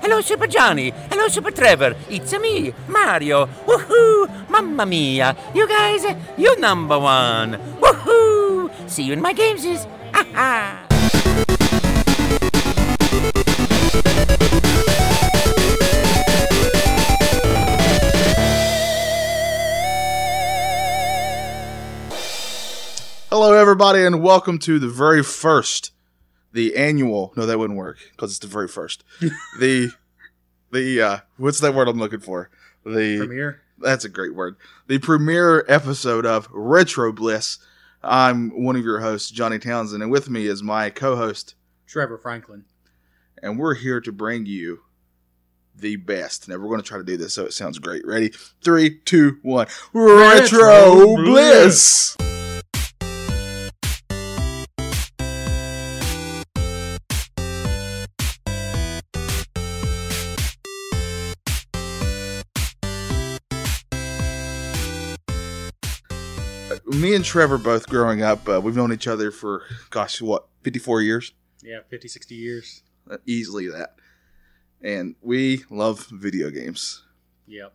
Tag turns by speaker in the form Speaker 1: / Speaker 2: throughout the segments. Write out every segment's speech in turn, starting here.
Speaker 1: Hello, Super Johnny. Hello, Super Trevor. It's me, Mario. Woohoo! Mamma mia! You guys, you number one. Woohoo! See you in my games. Ha ha!
Speaker 2: Hello, everybody, and welcome to the very first, the annual. No, that wouldn't work because it's the very first. the, the uh, what's that word I'm looking for? The
Speaker 3: premiere.
Speaker 2: that's a great word. The premiere episode of Retro Bliss. I'm one of your hosts, Johnny Townsend, and with me is my co-host,
Speaker 3: Trevor Franklin.
Speaker 2: and we're here to bring you the best. Now we're going to try to do this so it sounds great. Ready? Three, two, one. Retro,
Speaker 3: Retro
Speaker 2: bliss. Me and Trevor both growing up, uh, we've known each other for gosh, what, fifty-four years?
Speaker 3: Yeah, 50, 60 years.
Speaker 2: Uh, easily that. And we love video games.
Speaker 3: Yep.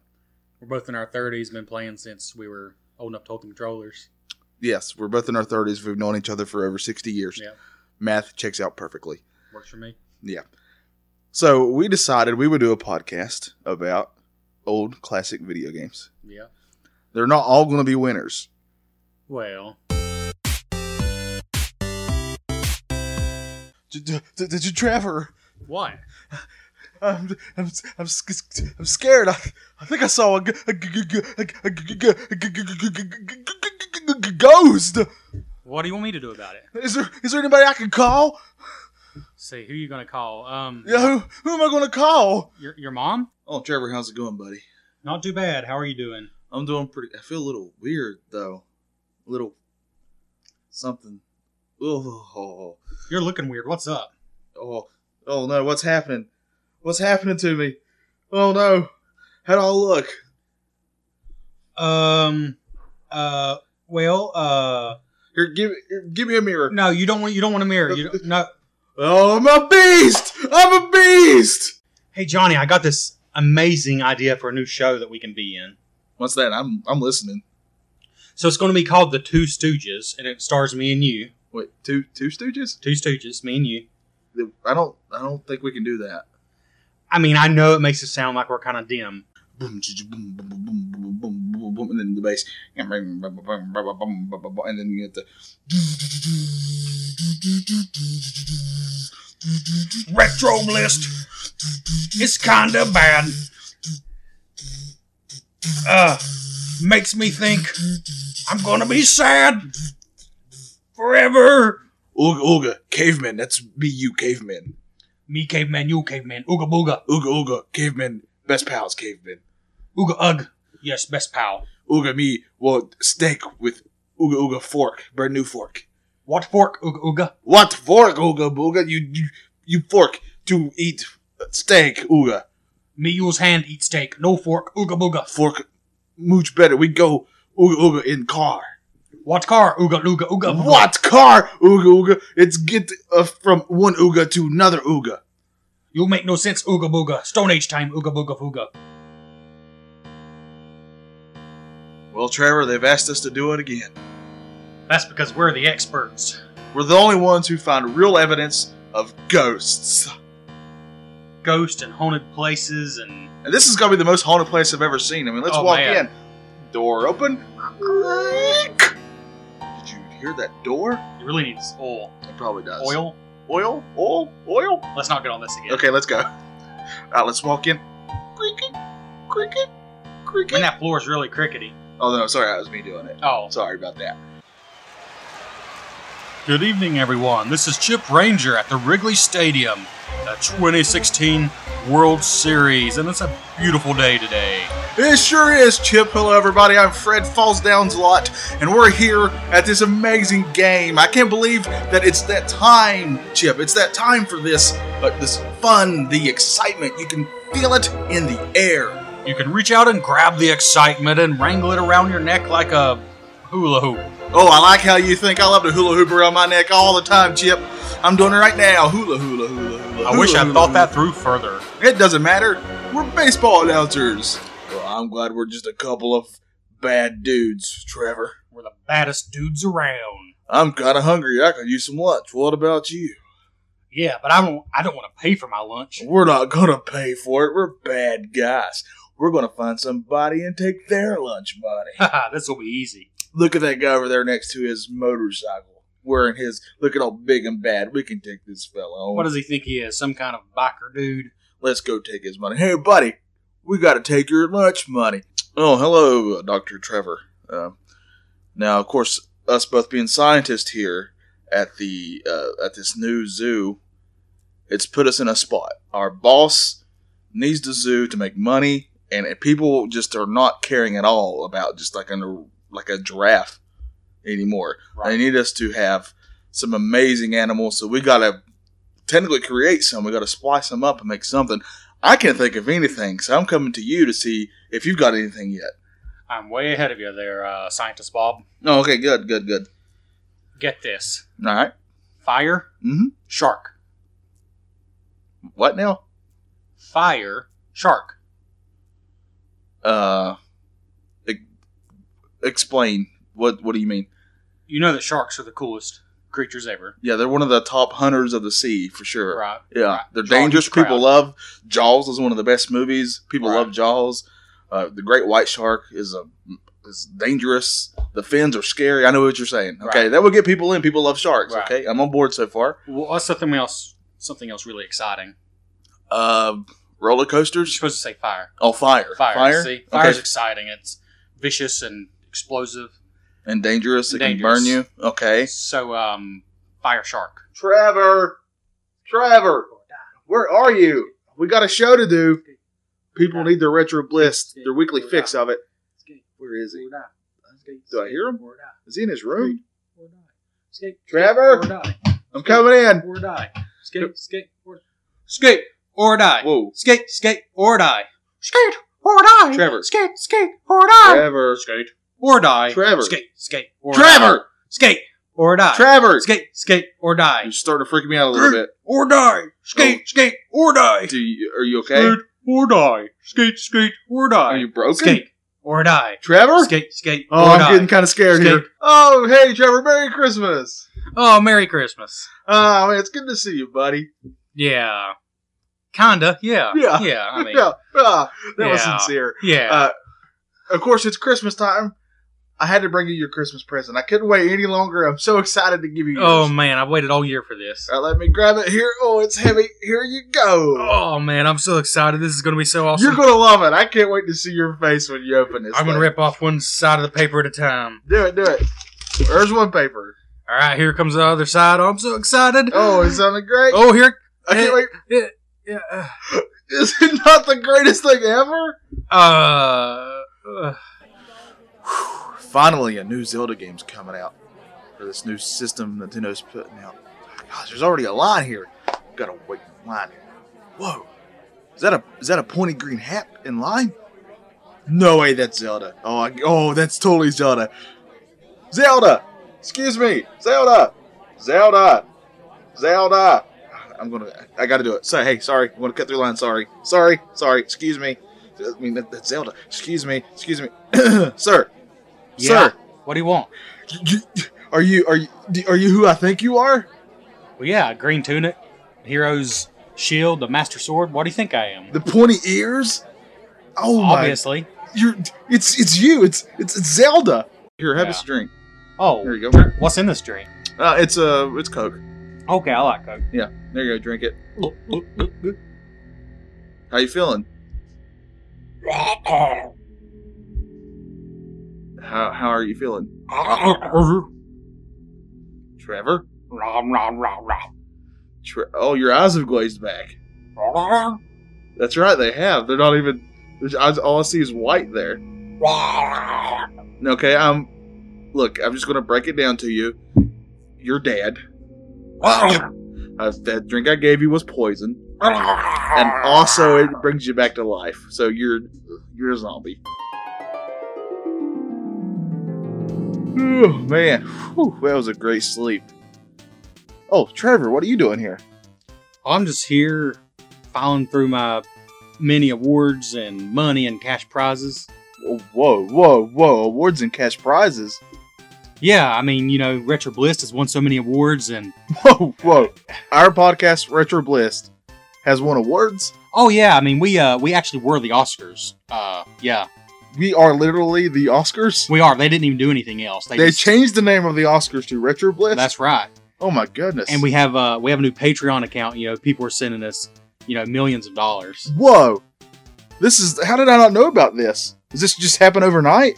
Speaker 3: We're both in our 30s, been playing since we were old enough to hold the controllers.
Speaker 2: Yes, we're both in our 30s. We've known each other for over 60 years.
Speaker 3: Yeah.
Speaker 2: Math checks out perfectly.
Speaker 3: Works for me.
Speaker 2: So we decided we would do a podcast about old classic video games.
Speaker 3: Yeah.
Speaker 2: They're not all going to be winners.
Speaker 3: Well,
Speaker 2: Did, did, did you, Trevor?
Speaker 3: what?
Speaker 2: I'm, I'm, I'm, sc- sc- I'm scared. I, I think I saw a, g- a g- g- g- a g- a g- g- a g- g- g- g- g- g- g- ghost.
Speaker 3: What do you want me to do about it?
Speaker 2: Is there is there anybody I can call?
Speaker 3: See, who you going to call? Um,
Speaker 2: Yeah, who, who am I going to call?
Speaker 3: your, your mom?
Speaker 2: Oh, Trevor, how's it going, buddy?
Speaker 3: Not too bad. How are you doing?
Speaker 2: I'm doing pretty. I feel a little weird though, a little something. Oh,
Speaker 3: You're looking weird. What's up?
Speaker 2: oh, oh no! What's happening? What's happening to me? Oh no! How do I look?
Speaker 3: Um, uh, well, uh,
Speaker 2: Here, give here, give me a mirror.
Speaker 3: no, you don't want you don't want a mirror.
Speaker 2: You don't-
Speaker 3: no.
Speaker 2: Oh, I'm a beast! I'm a beast!
Speaker 3: Hey Johnny, I got this amazing idea for a new show that we can be in.
Speaker 2: What's that? I'm I'm listening.
Speaker 3: So it's going to be called The Two Stooges, and it stars me and you.
Speaker 2: Wait, two two Stooges?
Speaker 3: Two Stooges, me and you.
Speaker 2: I don't I don't think we can do that.
Speaker 3: I mean, I know it makes it sound like we're kind of dim.
Speaker 2: boom, ch- ch- boom, boom, boom, boom, boom, boom, boom, boom, boom, and then the bass, and then you get the
Speaker 4: retro list. It's kinda bad. Uh, makes me think I'm gonna be sad forever.
Speaker 2: Ooga Ooga Caveman. That's B U Caveman.
Speaker 4: Me caveman, you caveman, ooga booga,
Speaker 2: Ooga Ooga Caveman. Best pals Caveman.
Speaker 4: ooga ug.
Speaker 3: Yes, best pal.
Speaker 2: Ooga me. Well, steak with Ooga Ooga fork. Brand new fork.
Speaker 4: What fork, ooga ooga?
Speaker 2: What fork, Ooga Booga? You you, you fork to eat steak, Ooga.
Speaker 4: Me use hand eat steak, no fork, ooga booga.
Speaker 2: Fork much better. We go Ooga Ooga in car.
Speaker 4: What car, ooga looga ooga booga.
Speaker 2: What car, Ooga Ooga? It's get uh, from one Ooga to another Ooga.
Speaker 4: You make no sense, ooga booga. Stone Age time, ooga booga fooga.
Speaker 2: Well, Trevor, they've asked us to do it again.
Speaker 3: That's because we're the experts.
Speaker 2: We're the only ones who find real evidence of ghosts.
Speaker 3: Ghosts and haunted places and
Speaker 2: And this is going to be the most haunted place I've ever seen. I mean, let's
Speaker 3: Oh,
Speaker 2: walk
Speaker 3: man.
Speaker 2: in. Door open. Creak. Did you hear that door?
Speaker 3: you really need oil.
Speaker 2: It probably does.
Speaker 3: Oil?
Speaker 2: Oil? Oil? Oil?
Speaker 3: Let's not get on this again.
Speaker 2: Okay, let's go. All right, let's walk in. Creaky. Creaky. Creaky.
Speaker 3: Man, that floor is really crickety.
Speaker 2: Oh, no, sorry. That was me doing it.
Speaker 3: Oh.
Speaker 2: Sorry about that.
Speaker 3: Good evening, everyone. This is Chip Ranger at the Wrigley Stadium, the 2016 World Series, and it's a beautiful day today.
Speaker 2: It sure is, Chip. Hello, everybody. I'm Fred Fallsdown's lot, and we're here at this amazing game. I can't believe that it's that time, Chip. It's that time for this, uh, this fun, the excitement. You can feel it in the air.
Speaker 3: You can reach out and grab the excitement and wrangle it around your neck like a hula hoop.
Speaker 2: Oh, I like how you think. I love to hula hoop around my neck all the time, Chip. I'm doing it right now. Hula, hula, hula, hula.
Speaker 5: I wish I thought that through further.
Speaker 2: It doesn't matter. We're baseball announcers. Well, I'm glad we're just a couple of bad dudes, Trevor.
Speaker 3: We're the baddest dudes around.
Speaker 2: I'm kind of hungry. I could use some lunch. What about you?
Speaker 3: Yeah, but I don't. I don't want to pay for my lunch.
Speaker 2: We're not gonna pay for it. We're bad guys. We're gonna find somebody and take their lunch money.
Speaker 3: Haha, this will be easy.
Speaker 2: Look at that guy over there next to his motorcycle, wearing his look at all big and bad. We can take this fellow.
Speaker 3: What does he think he is? Some kind of biker dude?
Speaker 2: Let's go take his money. Hey, buddy, we got to take your lunch money. Oh, hello, Dr. Trevor. Uh, now, of course, us both being scientists here at the uh, at this new zoo, it's put us in a spot. Our boss needs the zoo to make money, and if people just are not caring at all about just like a like a giraffe anymore. They need us to have some amazing animals, so we gotta technically create some. We gotta splice them up and make something. I can't think of anything, so I'm coming to you to see if you've got anything yet.
Speaker 3: I'm way ahead of you there, uh, scientist Bob.
Speaker 2: Oh, okay, good, good, good.
Speaker 3: Get this:
Speaker 2: All right.
Speaker 3: fire,
Speaker 2: Mm-hmm.
Speaker 3: shark,
Speaker 2: What now?
Speaker 3: fire, shark.
Speaker 2: Uh, e- explain. What What do you mean?
Speaker 3: You know that sharks are the coolest creatures ever,
Speaker 2: Yeah, they're one of the top hunters of the sea for sure.
Speaker 3: right?
Speaker 2: Yeah,
Speaker 3: Right.
Speaker 2: they're
Speaker 3: Jaws is
Speaker 2: dangerous.
Speaker 3: the crowd.
Speaker 2: People love Jaws is one of the best movies. People
Speaker 3: Right.
Speaker 2: love Jaws. Uh, the Great White Shark is a is dangerous. The fins are scary. I know what you're saying. Okay,
Speaker 3: Right.
Speaker 2: that will get people in. People love sharks.
Speaker 3: Right.
Speaker 2: Okay, I'm on board so far.
Speaker 3: Well, that's something else. Something else really exciting.
Speaker 2: Uh, roller
Speaker 3: You're
Speaker 2: coasters
Speaker 3: supposed to say fire.
Speaker 2: on fire.
Speaker 3: Fire.
Speaker 2: fire,
Speaker 3: See, fire's
Speaker 2: Okay.
Speaker 3: exciting. It's vicious and explosive.
Speaker 2: and dangerous. It
Speaker 3: Dangerous.
Speaker 2: can burn you. Okay,
Speaker 3: So, um, fire shark.
Speaker 2: Trevor, Trevor, where are you? We got a show to do. People need their retro bliss, their weekly fix of it. Where is he? Do I hear him? Is he in his room? Trevor, I'm coming in.
Speaker 3: or die. Skate, skate, or skate or die.
Speaker 2: Whoa,
Speaker 3: Skate, skate or die. Skate or die.
Speaker 2: Trevor.
Speaker 3: Skate, skate or die.
Speaker 2: Trevor,
Speaker 3: Skate or die.
Speaker 2: Trevor.
Speaker 3: Skate, skate or die.
Speaker 2: Trevor,
Speaker 3: Skate or die.
Speaker 2: Trevor.
Speaker 3: Skate, skate or die.
Speaker 2: You're starting to freak me out a little bit.
Speaker 3: Or die. Skate, skate or die.
Speaker 2: Do you, are you okay?
Speaker 3: Skate or die. Skate, skate or
Speaker 2: Are
Speaker 3: die.
Speaker 2: you broken?
Speaker 3: Skate or die.
Speaker 2: Trevor.
Speaker 3: Skate, skate
Speaker 2: Oh,
Speaker 3: or
Speaker 2: I'm
Speaker 3: die.
Speaker 2: getting kind of scared
Speaker 3: Skate.
Speaker 2: here. Oh, hey, Trevor, Merry Christmas.
Speaker 3: Oh, Merry Christmas.
Speaker 2: Oh, man, it's good to see you, buddy.
Speaker 3: Yeah. Kinda, yeah.
Speaker 2: Yeah.
Speaker 3: Yeah, I mean,
Speaker 2: yeah, ah, that was
Speaker 3: Yeah.
Speaker 2: sincere.
Speaker 3: yeah.
Speaker 2: Uh, of course, it's Christmas time. I had to bring you your Christmas present. I couldn't wait any longer. I'm so excited to give you.
Speaker 3: Oh
Speaker 2: yours.
Speaker 3: man, I've waited all year for this.
Speaker 2: All right, let me grab it here. Oh, it's heavy. Here you go.
Speaker 3: Oh man, I'm so excited. This is gonna be so awesome.
Speaker 2: You're gonna love it. I can't wait to see your face when you open this.
Speaker 3: I'm gonna
Speaker 2: thing.
Speaker 3: rip off one side of the paper at a time.
Speaker 2: Do it. Do it. There's one paper.
Speaker 3: All right, here comes the other side. Oh, I'm so excited.
Speaker 2: Oh, it sounded great.
Speaker 3: oh here.
Speaker 2: I can't wait.
Speaker 3: Yeah. uh,
Speaker 2: Is it not the greatest thing ever?
Speaker 3: Uh, uh,
Speaker 2: Finally, a new Zelda game's coming out for this new system Nintendo's putting out. Gosh, there's already a line here. Gotta wait in line here. Whoa, is that a is that a pointy green hat in line? No way, that's Zelda. Oh, I, oh, that's totally Zelda. Zelda, excuse me, Zelda, Zelda, Zelda. I'm gonna, I gotta do it. So hey, sorry, I'm gonna cut through line. Sorry, sorry, sorry. Excuse me. I mean, that, that's Zelda. Excuse me, excuse me, sir.
Speaker 3: yeah.
Speaker 2: Sir,
Speaker 3: What do you want?
Speaker 2: you- are you are you are you who I think you are?
Speaker 3: Well, yeah, green tunic, hero's shield, the master sword. What do you think I am?
Speaker 2: The pointy ears? Oh
Speaker 3: Obviously.
Speaker 2: my! You're it's it's you. It's it's, it's Zelda. Here, have
Speaker 3: Yeah.
Speaker 2: this drink.
Speaker 3: Oh,
Speaker 2: There you go.
Speaker 3: drink- what's in this drink?
Speaker 2: Uh, it's uh, it's Coke.
Speaker 3: Okay, I like Coke.
Speaker 2: There you go. Drink it. How you feeling? How how are you feeling, Trevor? Tre- oh, your eyes have glazed back. That's right, they have. They're not even. there's- I- All I see is white there. Okay, um, look, I'm just gonna break it down to you. Your dad. Uh, that drink I gave you was poison, and also it brings you back to life. So you're you're a zombie. Oh man, Whew, that was a great sleep. Oh, Trevor, what are you doing here?
Speaker 3: I'm just here filing through my many awards and money and cash prizes.
Speaker 2: Whoa, whoa, whoa! Awards and cash prizes.
Speaker 3: Yeah, I mean, you know, Retro Bliss has won so many awards and
Speaker 2: Whoa, whoa! Our podcast, Retro Bliss, has won awards.
Speaker 3: oh yeah, I mean, we uh we actually were the Oscars. Uh yeah,
Speaker 2: We are literally the Oscars.
Speaker 3: we are. They didn't even do anything else. They,
Speaker 2: They
Speaker 3: just-
Speaker 2: changed the name of the Oscars to Retro Bliss.
Speaker 3: That's right.
Speaker 2: oh my goodness!
Speaker 3: And we have uh we have a new Patreon account, you know, people are sending us, you know, millions of dollars.
Speaker 2: whoa! This is how did I not know about this? Does this just happen overnight?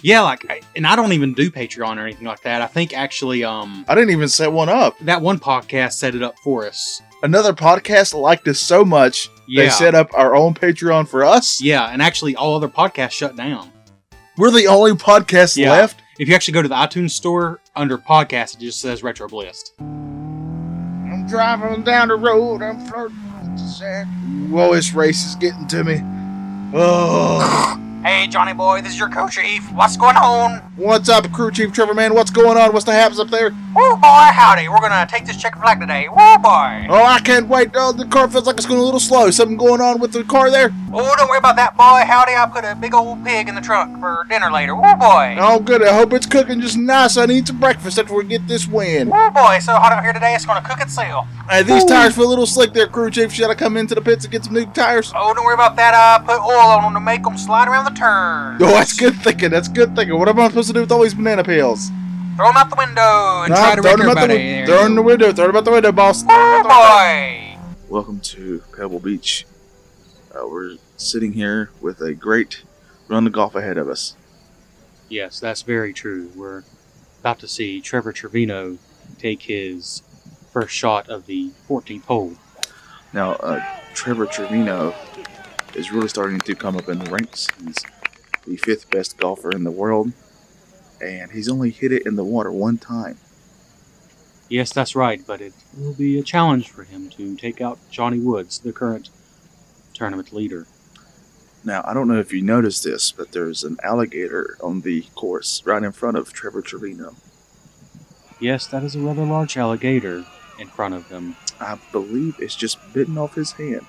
Speaker 3: Yeah, like I, and I don't even do Patreon or anything like that. I think actually um
Speaker 2: I didn't even set one up.
Speaker 3: that one podcast set it up for us.
Speaker 2: Another podcast liked us so much
Speaker 3: Yeah.
Speaker 2: they set up our own Patreon for us.
Speaker 3: yeah, and actually all other podcasts shut down.
Speaker 2: We're the only podcast
Speaker 3: Yeah.
Speaker 2: left.
Speaker 3: If you actually go to the iTunes store under podcast, it just says Retro Blist.
Speaker 2: I'm driving down the road. I'm flirting with the sack. Whoa, this race is getting to me. Oh,
Speaker 6: Hey, Johnny boy, this is your co-chief. What's going on?
Speaker 2: what's up, crew chief Trevor? Man, what's going on? What's the haps up there?
Speaker 6: Woo boy, howdy. We're gonna take this checkered flag today. Woo boy.
Speaker 2: Oh, I can't wait. Oh, the car feels like it's going a little slow. Something going on with the car there?
Speaker 6: Oh, don't worry about that, boy. Howdy, I put a big old pig in the trunk for dinner later. Woo boy.
Speaker 2: Oh, good. I hope it's cooking just nice. I need some breakfast after we get this win.
Speaker 6: Woo boy, so hot out here today, it's gonna cook itself.
Speaker 2: Hey, these tires feel a little slick there, crew chief. Should I come into the pits and get some new tires?
Speaker 6: Oh, don't worry about that. I put oil on them to make them slide around the turn.
Speaker 2: Oh, that's good thinking. That's good thinking. What am I supposed to do with all these banana peels?
Speaker 6: Throw them out the window and
Speaker 2: Ah,
Speaker 6: try to
Speaker 2: throw
Speaker 6: read
Speaker 2: them out the,
Speaker 6: everybody.
Speaker 2: win- throw them in the window. Throw them out the window, boss.
Speaker 6: Woo Oh, boy.
Speaker 2: Welcome to Pebble Beach. Uh, we're sitting here with a great run to golf ahead of us.
Speaker 3: Yes, that's very true. We're about to see Trevor Trevino take his first shot of the 14th hole.
Speaker 2: Now, uh, Trevor Trevino is really starting to come up in the ranks. He's the fifth best golfer in the world, and he's only hit it in the water one time.
Speaker 3: Yes, that's right, but it will be a challenge for him to take out Johnny Woods, the current tournament leader.
Speaker 2: Now, I don't know if you noticed this, but there's an alligator on the course right in front of Trevor Trevino.
Speaker 3: Yes, that is a rather large alligator in front of them.
Speaker 2: I believe it's just bitten off his hand.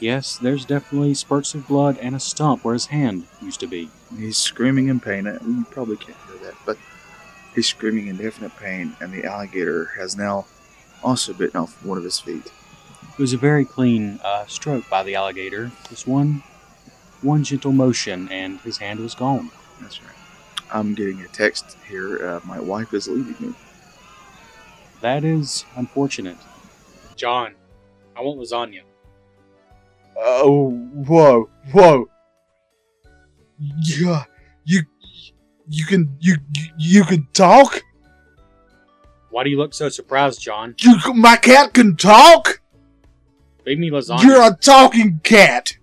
Speaker 3: Yes, there's definitely spurts of blood and a stump where his hand used to be.
Speaker 2: He's screaming in pain. and You probably can't hear that, but he's screaming in definite pain, and the alligator has now also bitten off one of his feet.
Speaker 3: It was a very clean uh, stroke by the alligator. Just one, one gentle motion, and his hand was gone.
Speaker 2: That's right. I'm getting a text here. Uh, my wife is leaving me.
Speaker 3: That is unfortunate. John, I want lasagna.
Speaker 2: Oh, whoa, whoa. Yeah, you, you can, you, you can talk.
Speaker 3: Why do you look so surprised, John?
Speaker 2: You, my cat can talk.
Speaker 3: Leave me lasagna.
Speaker 2: You're a talking cat.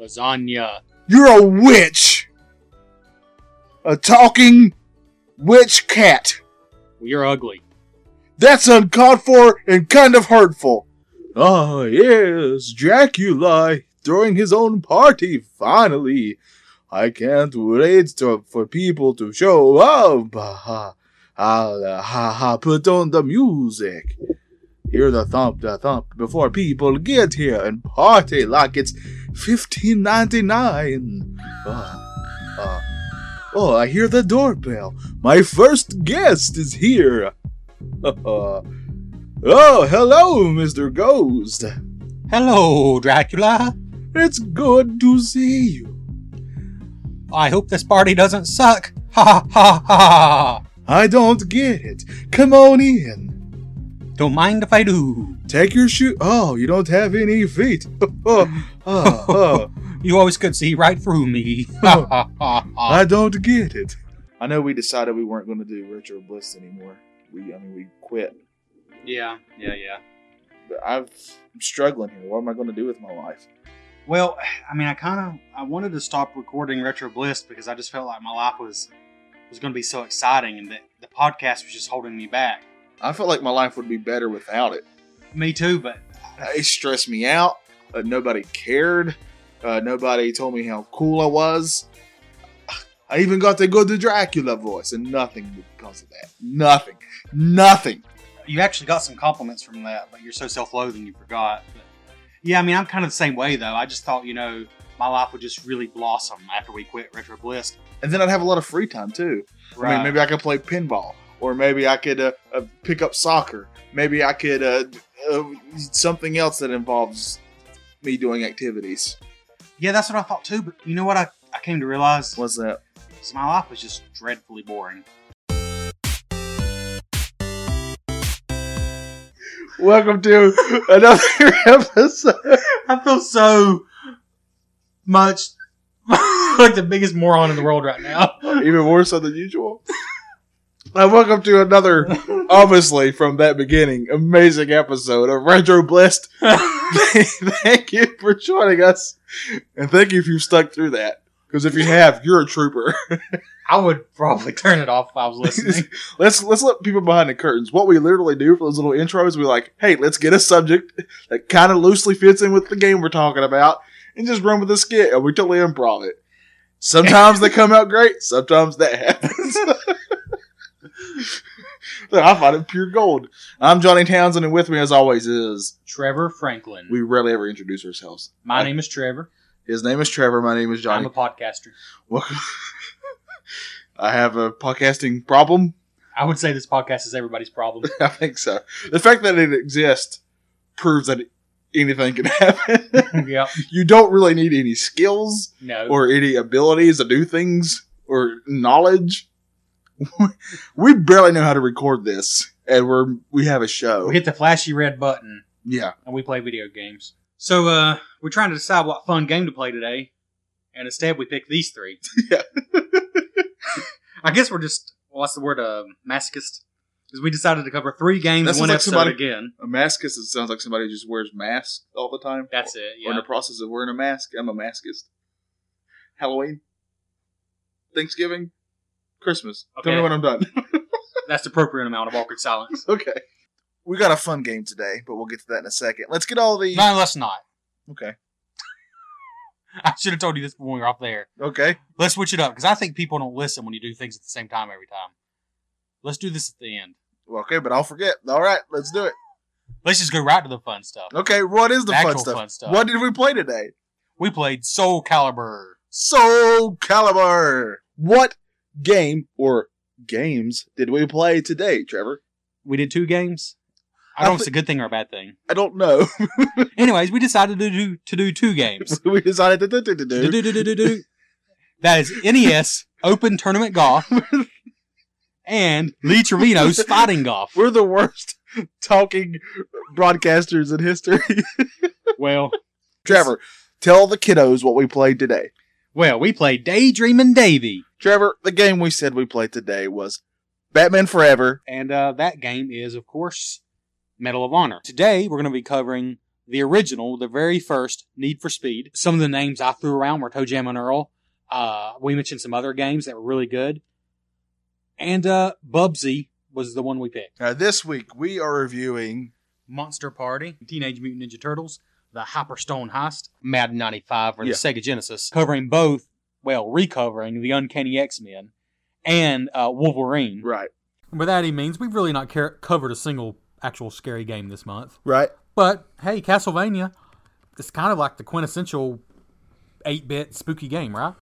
Speaker 3: lasagna.
Speaker 2: You're a witch. A talking witch cat.
Speaker 3: You're ugly.
Speaker 2: That's uncalled for and kind of hurtful. Ah, yes, Dracula throwing his own party finally. I can't wait to, for people to show up. Ah, ah, ha, ha, put on the music. Hear the thump, the thump before people get here and party like it's fifteen ninety nine. Ah, ah. Oh, I hear the doorbell. My first guest is here. oh, hello, Mr. Ghost.
Speaker 7: Hello, Dracula.
Speaker 2: It's good to see you.
Speaker 7: I hope this party doesn't suck. Ha ha ha.
Speaker 2: I don't get it. Come on in.
Speaker 7: Don't mind if I do.
Speaker 2: Take your shoe. Oh, you don't have any feet. Oh, oh, oh.
Speaker 7: You always could see right through me. Ha ha ha ha.
Speaker 2: I don't get it. I know we decided we weren't going to do Retro Bliss anymore. We, I mean, we quit.
Speaker 3: Yeah, yeah, yeah.
Speaker 2: But I've, I'm struggling here. What am I going to do with my life?
Speaker 3: Well, I mean, I kind of I wanted to stop recording Retro Bliss because I just felt like my life was was going to be so exciting, and that the podcast was just holding me back.
Speaker 2: I felt like my life would be better without it.
Speaker 3: Me too, but
Speaker 2: it stressed me out. Uh, nobody cared. Uh, nobody told me how cool I was. I even got to go to Dracula voice, and nothing because of that. Nothing. Nothing.
Speaker 8: you actually got some compliments from that, but you're so self-loathing you forgot. But, yeah, I mean, I'm kind of the same way though. I just thought, you know, my life would just really blossom after we quit Retro Bliss.
Speaker 2: and then I'd have a lot of free time too. I mean, maybe I could play pinball, or maybe I could uh, uh, pick up soccer. Maybe I could uh, uh, something else that involves me doing activities.
Speaker 8: yeah, that's what I thought too. But you know what? I, I came to realize was
Speaker 2: What's that?
Speaker 8: my life was just dreadfully boring.
Speaker 2: Welcome to another episode.
Speaker 8: I feel so much.
Speaker 3: like the biggest moron in the world right now.
Speaker 2: Even more so than usual. Uh, welcome to another, obviously from that beginning, amazing episode of Retro Blessed. thank you for joining us, and thank you if you've stuck through that. Because if you have, you're a trooper.
Speaker 3: I would probably turn it off if I was listening.
Speaker 2: let's let's let people behind the curtains. What we literally do for those little intros, we like, hey, let's get a subject that kind of loosely fits in with the game we're talking about, and just run with a skit, and we totally improv it. Sometimes they come out great. Sometimes that happens. Look, I find it pure gold. I'm Johnny Townsend, and with me, as always, is
Speaker 3: Trevor Franklin.
Speaker 2: we rarely ever introduce ourselves.
Speaker 3: My name is Trevor.
Speaker 2: His name is Trevor. My name is
Speaker 3: I'm
Speaker 2: Johnny.
Speaker 3: a podcaster.
Speaker 2: Welcome. I have a podcasting problem.
Speaker 3: I would say this podcast is everybody's problem.
Speaker 2: I think so. The fact that it exists proves that anything can happen.
Speaker 3: yep.
Speaker 2: you don't really need any skills
Speaker 3: No.
Speaker 2: or any abilities to do things or knowledge. we barely know how to record this, and we're we have a show.
Speaker 3: we hit the flashy red button
Speaker 2: Yeah,
Speaker 3: and we play video games. So uh, we're trying to decide what fun game to play today, and instead we pick these three.
Speaker 2: Yeah.
Speaker 3: I guess we're just what's the word? Uh, masochist. Because we decided to cover three games
Speaker 2: That
Speaker 3: in one
Speaker 2: sounds like
Speaker 3: episode
Speaker 2: somebody-
Speaker 3: again.
Speaker 2: a maskist. It sounds like somebody who just wears masks all the time.
Speaker 3: That's it.
Speaker 2: Or in
Speaker 3: Yeah.
Speaker 2: the process of wearing a mask. I'm a maskist. Halloween, Thanksgiving, Christmas. Tell me
Speaker 3: Okay.
Speaker 2: when I'm done.
Speaker 3: That's the appropriate amount of awkward silence.
Speaker 2: Okay. We got a fun game today, but we'll get to that in a second. Let's get all the.
Speaker 3: no, let's not.
Speaker 2: Okay.
Speaker 3: I should have told you this when we were off there.
Speaker 2: Okay.
Speaker 3: Let's switch it up because I think people don't listen when you do things at the same time every time. Let's do this at the end.
Speaker 2: Well, okay, but I'll forget. All right, let's do it.
Speaker 3: Let's just go right to the fun stuff.
Speaker 2: Okay, what is the,
Speaker 3: The
Speaker 2: fun
Speaker 3: actual
Speaker 2: stuff?
Speaker 3: fun stuff.
Speaker 2: What did we play today?
Speaker 3: We played Soul Calibur.
Speaker 2: Soul Calibur. What game or games did we play today, Trevor?
Speaker 3: We did two games. I
Speaker 2: I
Speaker 3: don't know if it's a
Speaker 2: thi-
Speaker 3: good thing or a bad thing.
Speaker 2: I don't know.
Speaker 3: Anyways, we decided to do to do two games.
Speaker 2: we decided to do, do, do, do.
Speaker 3: Do-do-do-do-do-do. that is NES Open Tournament Golf and Lee Trevino's Fighting Golf.
Speaker 2: We're the worst talking broadcasters in history.
Speaker 3: Well,
Speaker 2: Trevor, tell the kiddos what we played today.
Speaker 3: well, we played Daydreamin' Davy,
Speaker 2: Trevor, the game we said we played today was Batman Forever
Speaker 3: and uh, that game is, of course, Medal of Honor. Today, we're going to be covering the original, the very first Need for Speed. Some of the names I threw around were Toe Jam and Earl. Uh, we mentioned some other games that were really good, and uh, Bubsy was the one we picked.
Speaker 2: Now, this week we are reviewing.
Speaker 3: Monster Party, Teenage Mutant Ninja Turtles, The Hyperstone Heist, Madden 95 or
Speaker 2: Yeah.
Speaker 3: the Sega Genesis, covering both, well, recovering the Uncanny X-Men and uh, Wolverine.
Speaker 2: Right,
Speaker 9: By that he means we've really not care- covered a single actual scary game this month.
Speaker 2: right.
Speaker 9: But hey, Castlevania, it's kind of like the quintessential 8 bit spooky game, right?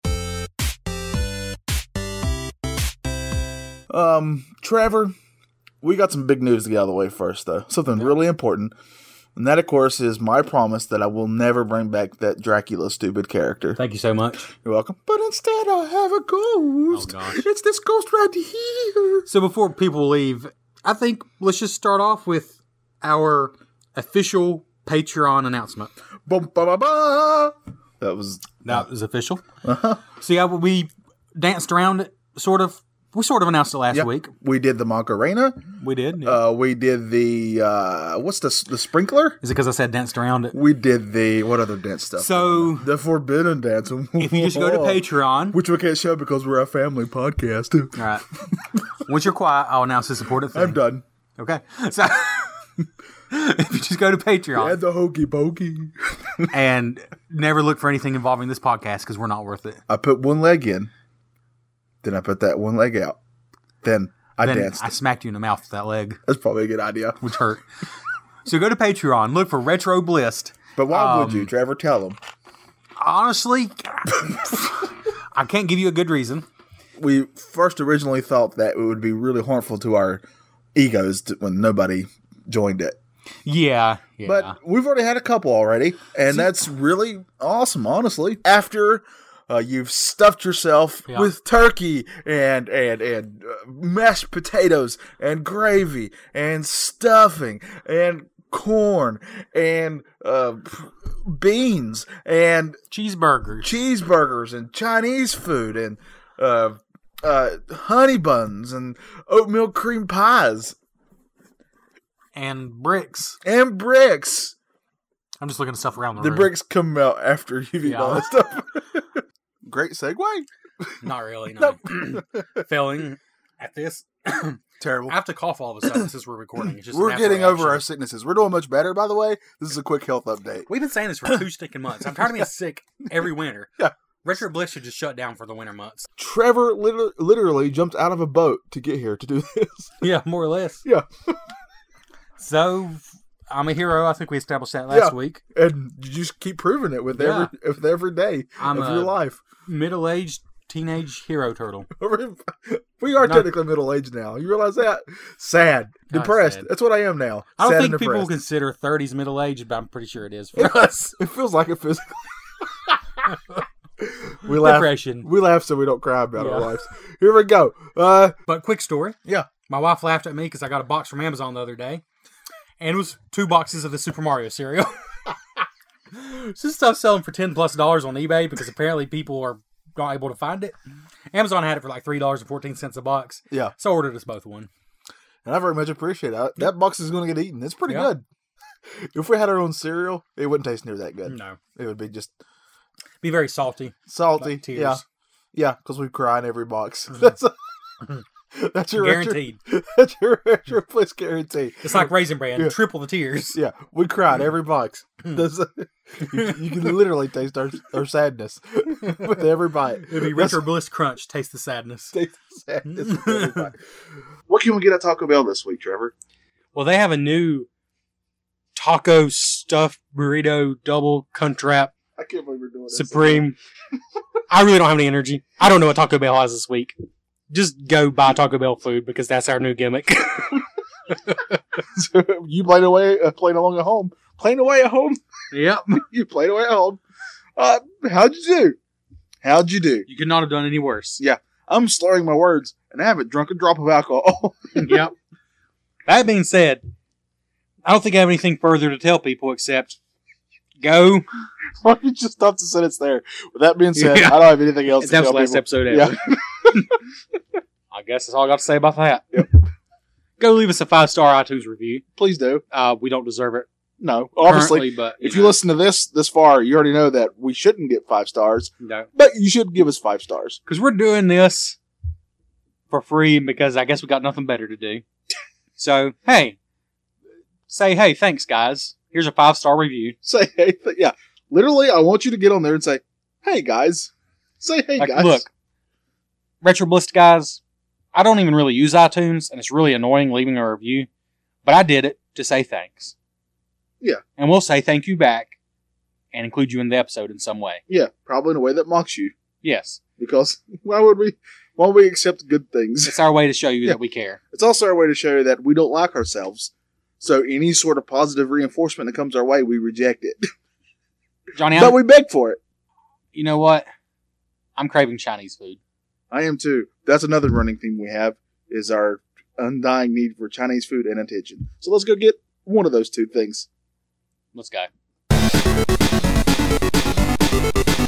Speaker 2: Um, Trevor, we got some big news to get out of the way first, though. Something really important. And that, of course, is my promise that I will never bring back that Dracula stupid character.
Speaker 9: Thank you so much.
Speaker 2: You're welcome. But instead, I have a ghost.
Speaker 9: Oh, gosh.
Speaker 2: It's this ghost right here.
Speaker 9: So before people leave, I think let's just start off with our official Patreon announcement.
Speaker 2: Bum, ba, ba, ba. That was
Speaker 9: That was official. So yeah, we danced around it, sort of. We sort of announced it last
Speaker 2: Yep.
Speaker 9: week.
Speaker 2: We did the Macarena.
Speaker 9: We did.
Speaker 2: Uh, we did the uh, what's the the sprinkler?
Speaker 9: Is it because I said danced around it?
Speaker 2: We did the what other dance stuff?
Speaker 9: So
Speaker 2: the forbidden dance.
Speaker 9: if you just go to Patreon,
Speaker 2: Which we can't show because we're a family podcast.
Speaker 9: All right. Once you're quiet, I'll announce the supportive thing.
Speaker 2: I'm done.
Speaker 9: Okay. So if you just go to Patreon
Speaker 2: And the hokey pokey.
Speaker 9: and never look for anything involving this podcast because we're not worth it.
Speaker 2: I put one leg in, then I put that one leg out. Then I
Speaker 3: then
Speaker 2: danced.
Speaker 3: I smacked you in the mouth with that leg,
Speaker 2: That's probably a good idea.
Speaker 3: which hurt. so go to Patreon, look for Retro Blist.
Speaker 2: But why would
Speaker 9: Um,
Speaker 2: you, Trevor? Tell them.
Speaker 3: Honestly, I can't give you a good reason.
Speaker 2: We first originally thought that it would be really harmful to our egos to, when nobody joined it.
Speaker 3: Yeah, yeah.
Speaker 2: But we've already had a couple already, and that's really awesome, honestly. After uh, you've stuffed yourself
Speaker 3: Yeah.
Speaker 2: with turkey and and and uh, mashed potatoes and gravy and stuffing and corn and uh, beans and
Speaker 3: cheeseburgers.
Speaker 2: cheeseburgers and Chinese food and uh, uh, honey buns and oatmeal cream pies
Speaker 3: and bricks.
Speaker 2: and bricks.
Speaker 3: I'm just looking at stuff around the,
Speaker 2: The
Speaker 3: room.
Speaker 2: bricks come out after you've eaten
Speaker 3: Yeah.
Speaker 2: all that stuff. Great segue.
Speaker 3: Not really. No. Failing at this.
Speaker 2: Terrible.
Speaker 3: I have to cough all of a sudden since we're recording. It's just a
Speaker 2: We're
Speaker 3: natural
Speaker 2: getting over our
Speaker 3: reaction.
Speaker 2: sicknesses. We're doing much better, by the way. This is a quick health update.
Speaker 3: We've been saying this for two stinking months. I'm tired of being sick every winter.
Speaker 2: Yeah.
Speaker 3: Retro Bliss should just shut down for the winter months.
Speaker 2: Trevor liter- literally jumped out of a boat to get here to do this.
Speaker 3: Yeah, more or less.
Speaker 2: Yeah.
Speaker 3: so, I'm a hero. I think we established that last
Speaker 2: Yeah.
Speaker 3: week.
Speaker 2: And you just keep proving it with
Speaker 3: Yeah.
Speaker 2: every with every day
Speaker 3: I'm
Speaker 2: of
Speaker 3: a-
Speaker 2: your life.
Speaker 3: Middle aged teenage hero turtle.
Speaker 2: we are
Speaker 3: No.
Speaker 2: technically middle aged now. You realize that? Sad.
Speaker 3: God,
Speaker 2: depressed.
Speaker 3: sad.
Speaker 2: That's what I am now.
Speaker 3: I don't
Speaker 2: sad
Speaker 3: think
Speaker 2: and
Speaker 3: people
Speaker 2: depressed.
Speaker 3: consider 30s middle aged, but I'm pretty sure it is for us.
Speaker 2: It feels like it physically. we laugh.
Speaker 3: Depression.
Speaker 2: We laugh so we don't cry about our
Speaker 3: Yeah.
Speaker 2: lives. Here we go. Uh,
Speaker 3: But quick story.
Speaker 2: Yeah.
Speaker 3: My wife laughed at me because I got a box from Amazon the other day, and it was two boxes of the Super Mario cereal. This stuff selling for ten plus dollars on eBay because apparently people are not able to find it. Amazon had it for like three dollars and fourteen cents a box.
Speaker 2: Yeah.
Speaker 3: So I ordered us both one.
Speaker 2: and I very much appreciate it. That box is going to get eaten. It's pretty
Speaker 3: Yeah.
Speaker 2: good. If we had our own cereal, it wouldn't taste near that good.
Speaker 3: No.
Speaker 2: It would be just
Speaker 3: Be very salty.
Speaker 2: salty.
Speaker 3: Like tears. Mm-hmm.
Speaker 2: yeah, yeah, because we cry in every box. That's that's your retro-
Speaker 3: Guaranteed.
Speaker 2: that's your retro
Speaker 3: Mm-hmm.
Speaker 2: place guarantee.
Speaker 3: It's like Raisin Bran,
Speaker 2: Yeah.
Speaker 3: triple the tears.
Speaker 2: Yeah, we cried
Speaker 3: Mm-hmm.
Speaker 2: every box. That's, you, you can literally taste our, our sadness with every bite.
Speaker 3: It'd be
Speaker 2: That's-
Speaker 3: Retro Bliss Crunch. Taste the sadness.
Speaker 2: taste the sadness with every bite. What can we get at Taco Bell this week, Trevor?
Speaker 10: Well, they have a new taco stuffed burrito double contrap
Speaker 2: I can't believe we're doing this.
Speaker 10: supreme. I really don't have any energy. I don't know what Taco Bell has this week. Just go buy Taco Bell food because that's our new gimmick.
Speaker 2: you played away, uh, played along at home, playing away at home.
Speaker 10: yep.
Speaker 2: you played away at home. Uh, how'd you do? How'd you do?
Speaker 10: You could not have done any worse.
Speaker 2: I'm slurring my words, and I haven't drunk a drop of alcohol.
Speaker 10: yep. That being said, I don't think I have anything further to tell people except go.
Speaker 2: Why don't you just stop the sentence there? With that being said,
Speaker 10: Yeah.
Speaker 2: I don't have anything else.
Speaker 10: that
Speaker 2: to
Speaker 10: was
Speaker 2: tell
Speaker 10: the last
Speaker 2: people.
Speaker 10: episode
Speaker 2: Yeah.
Speaker 10: ever. I guess that's all I got to say about that. Go leave us a five star iTunes review.
Speaker 2: Please do.
Speaker 10: Uh, we don't deserve it.
Speaker 2: No, obviously.
Speaker 10: currently, but
Speaker 2: If you
Speaker 10: know,
Speaker 2: listen to this this far, you already know that we shouldn't get five stars,
Speaker 10: no,
Speaker 2: but you should give us five stars.
Speaker 10: because we're doing this for free because I guess we got nothing better to do. So hey, say hey, thanks guys. Here's a five star review.
Speaker 2: Say hey, th- yeah. Literally, I want you to get on there and say, "Hey guys," say "Hey
Speaker 10: Like,
Speaker 2: guys."
Speaker 10: look, Retroblist guys, I don't even really use iTunes, and it's really annoying leaving a review, but I did it to say thanks.
Speaker 2: Yeah.
Speaker 10: And we'll say thank you back and include you in the episode in some way.
Speaker 2: yeah, probably in a way that mocks you,
Speaker 10: Yes.
Speaker 2: because why would we? Why would we accept good things?
Speaker 10: It's our way to show you
Speaker 2: Yeah.
Speaker 10: that we care.
Speaker 2: It's also our way to show that we don't like ourselves. So any sort of positive reinforcement that comes our way, we reject it,
Speaker 10: Johnny,
Speaker 2: but
Speaker 10: I'm,
Speaker 2: we beg for it.
Speaker 10: you know what? I'm craving Chinese food.
Speaker 2: I am too. That's another running theme we have is our undying need for Chinese food and attention. So let's go get one of those two things.
Speaker 10: Let's go.
Speaker 11: Thank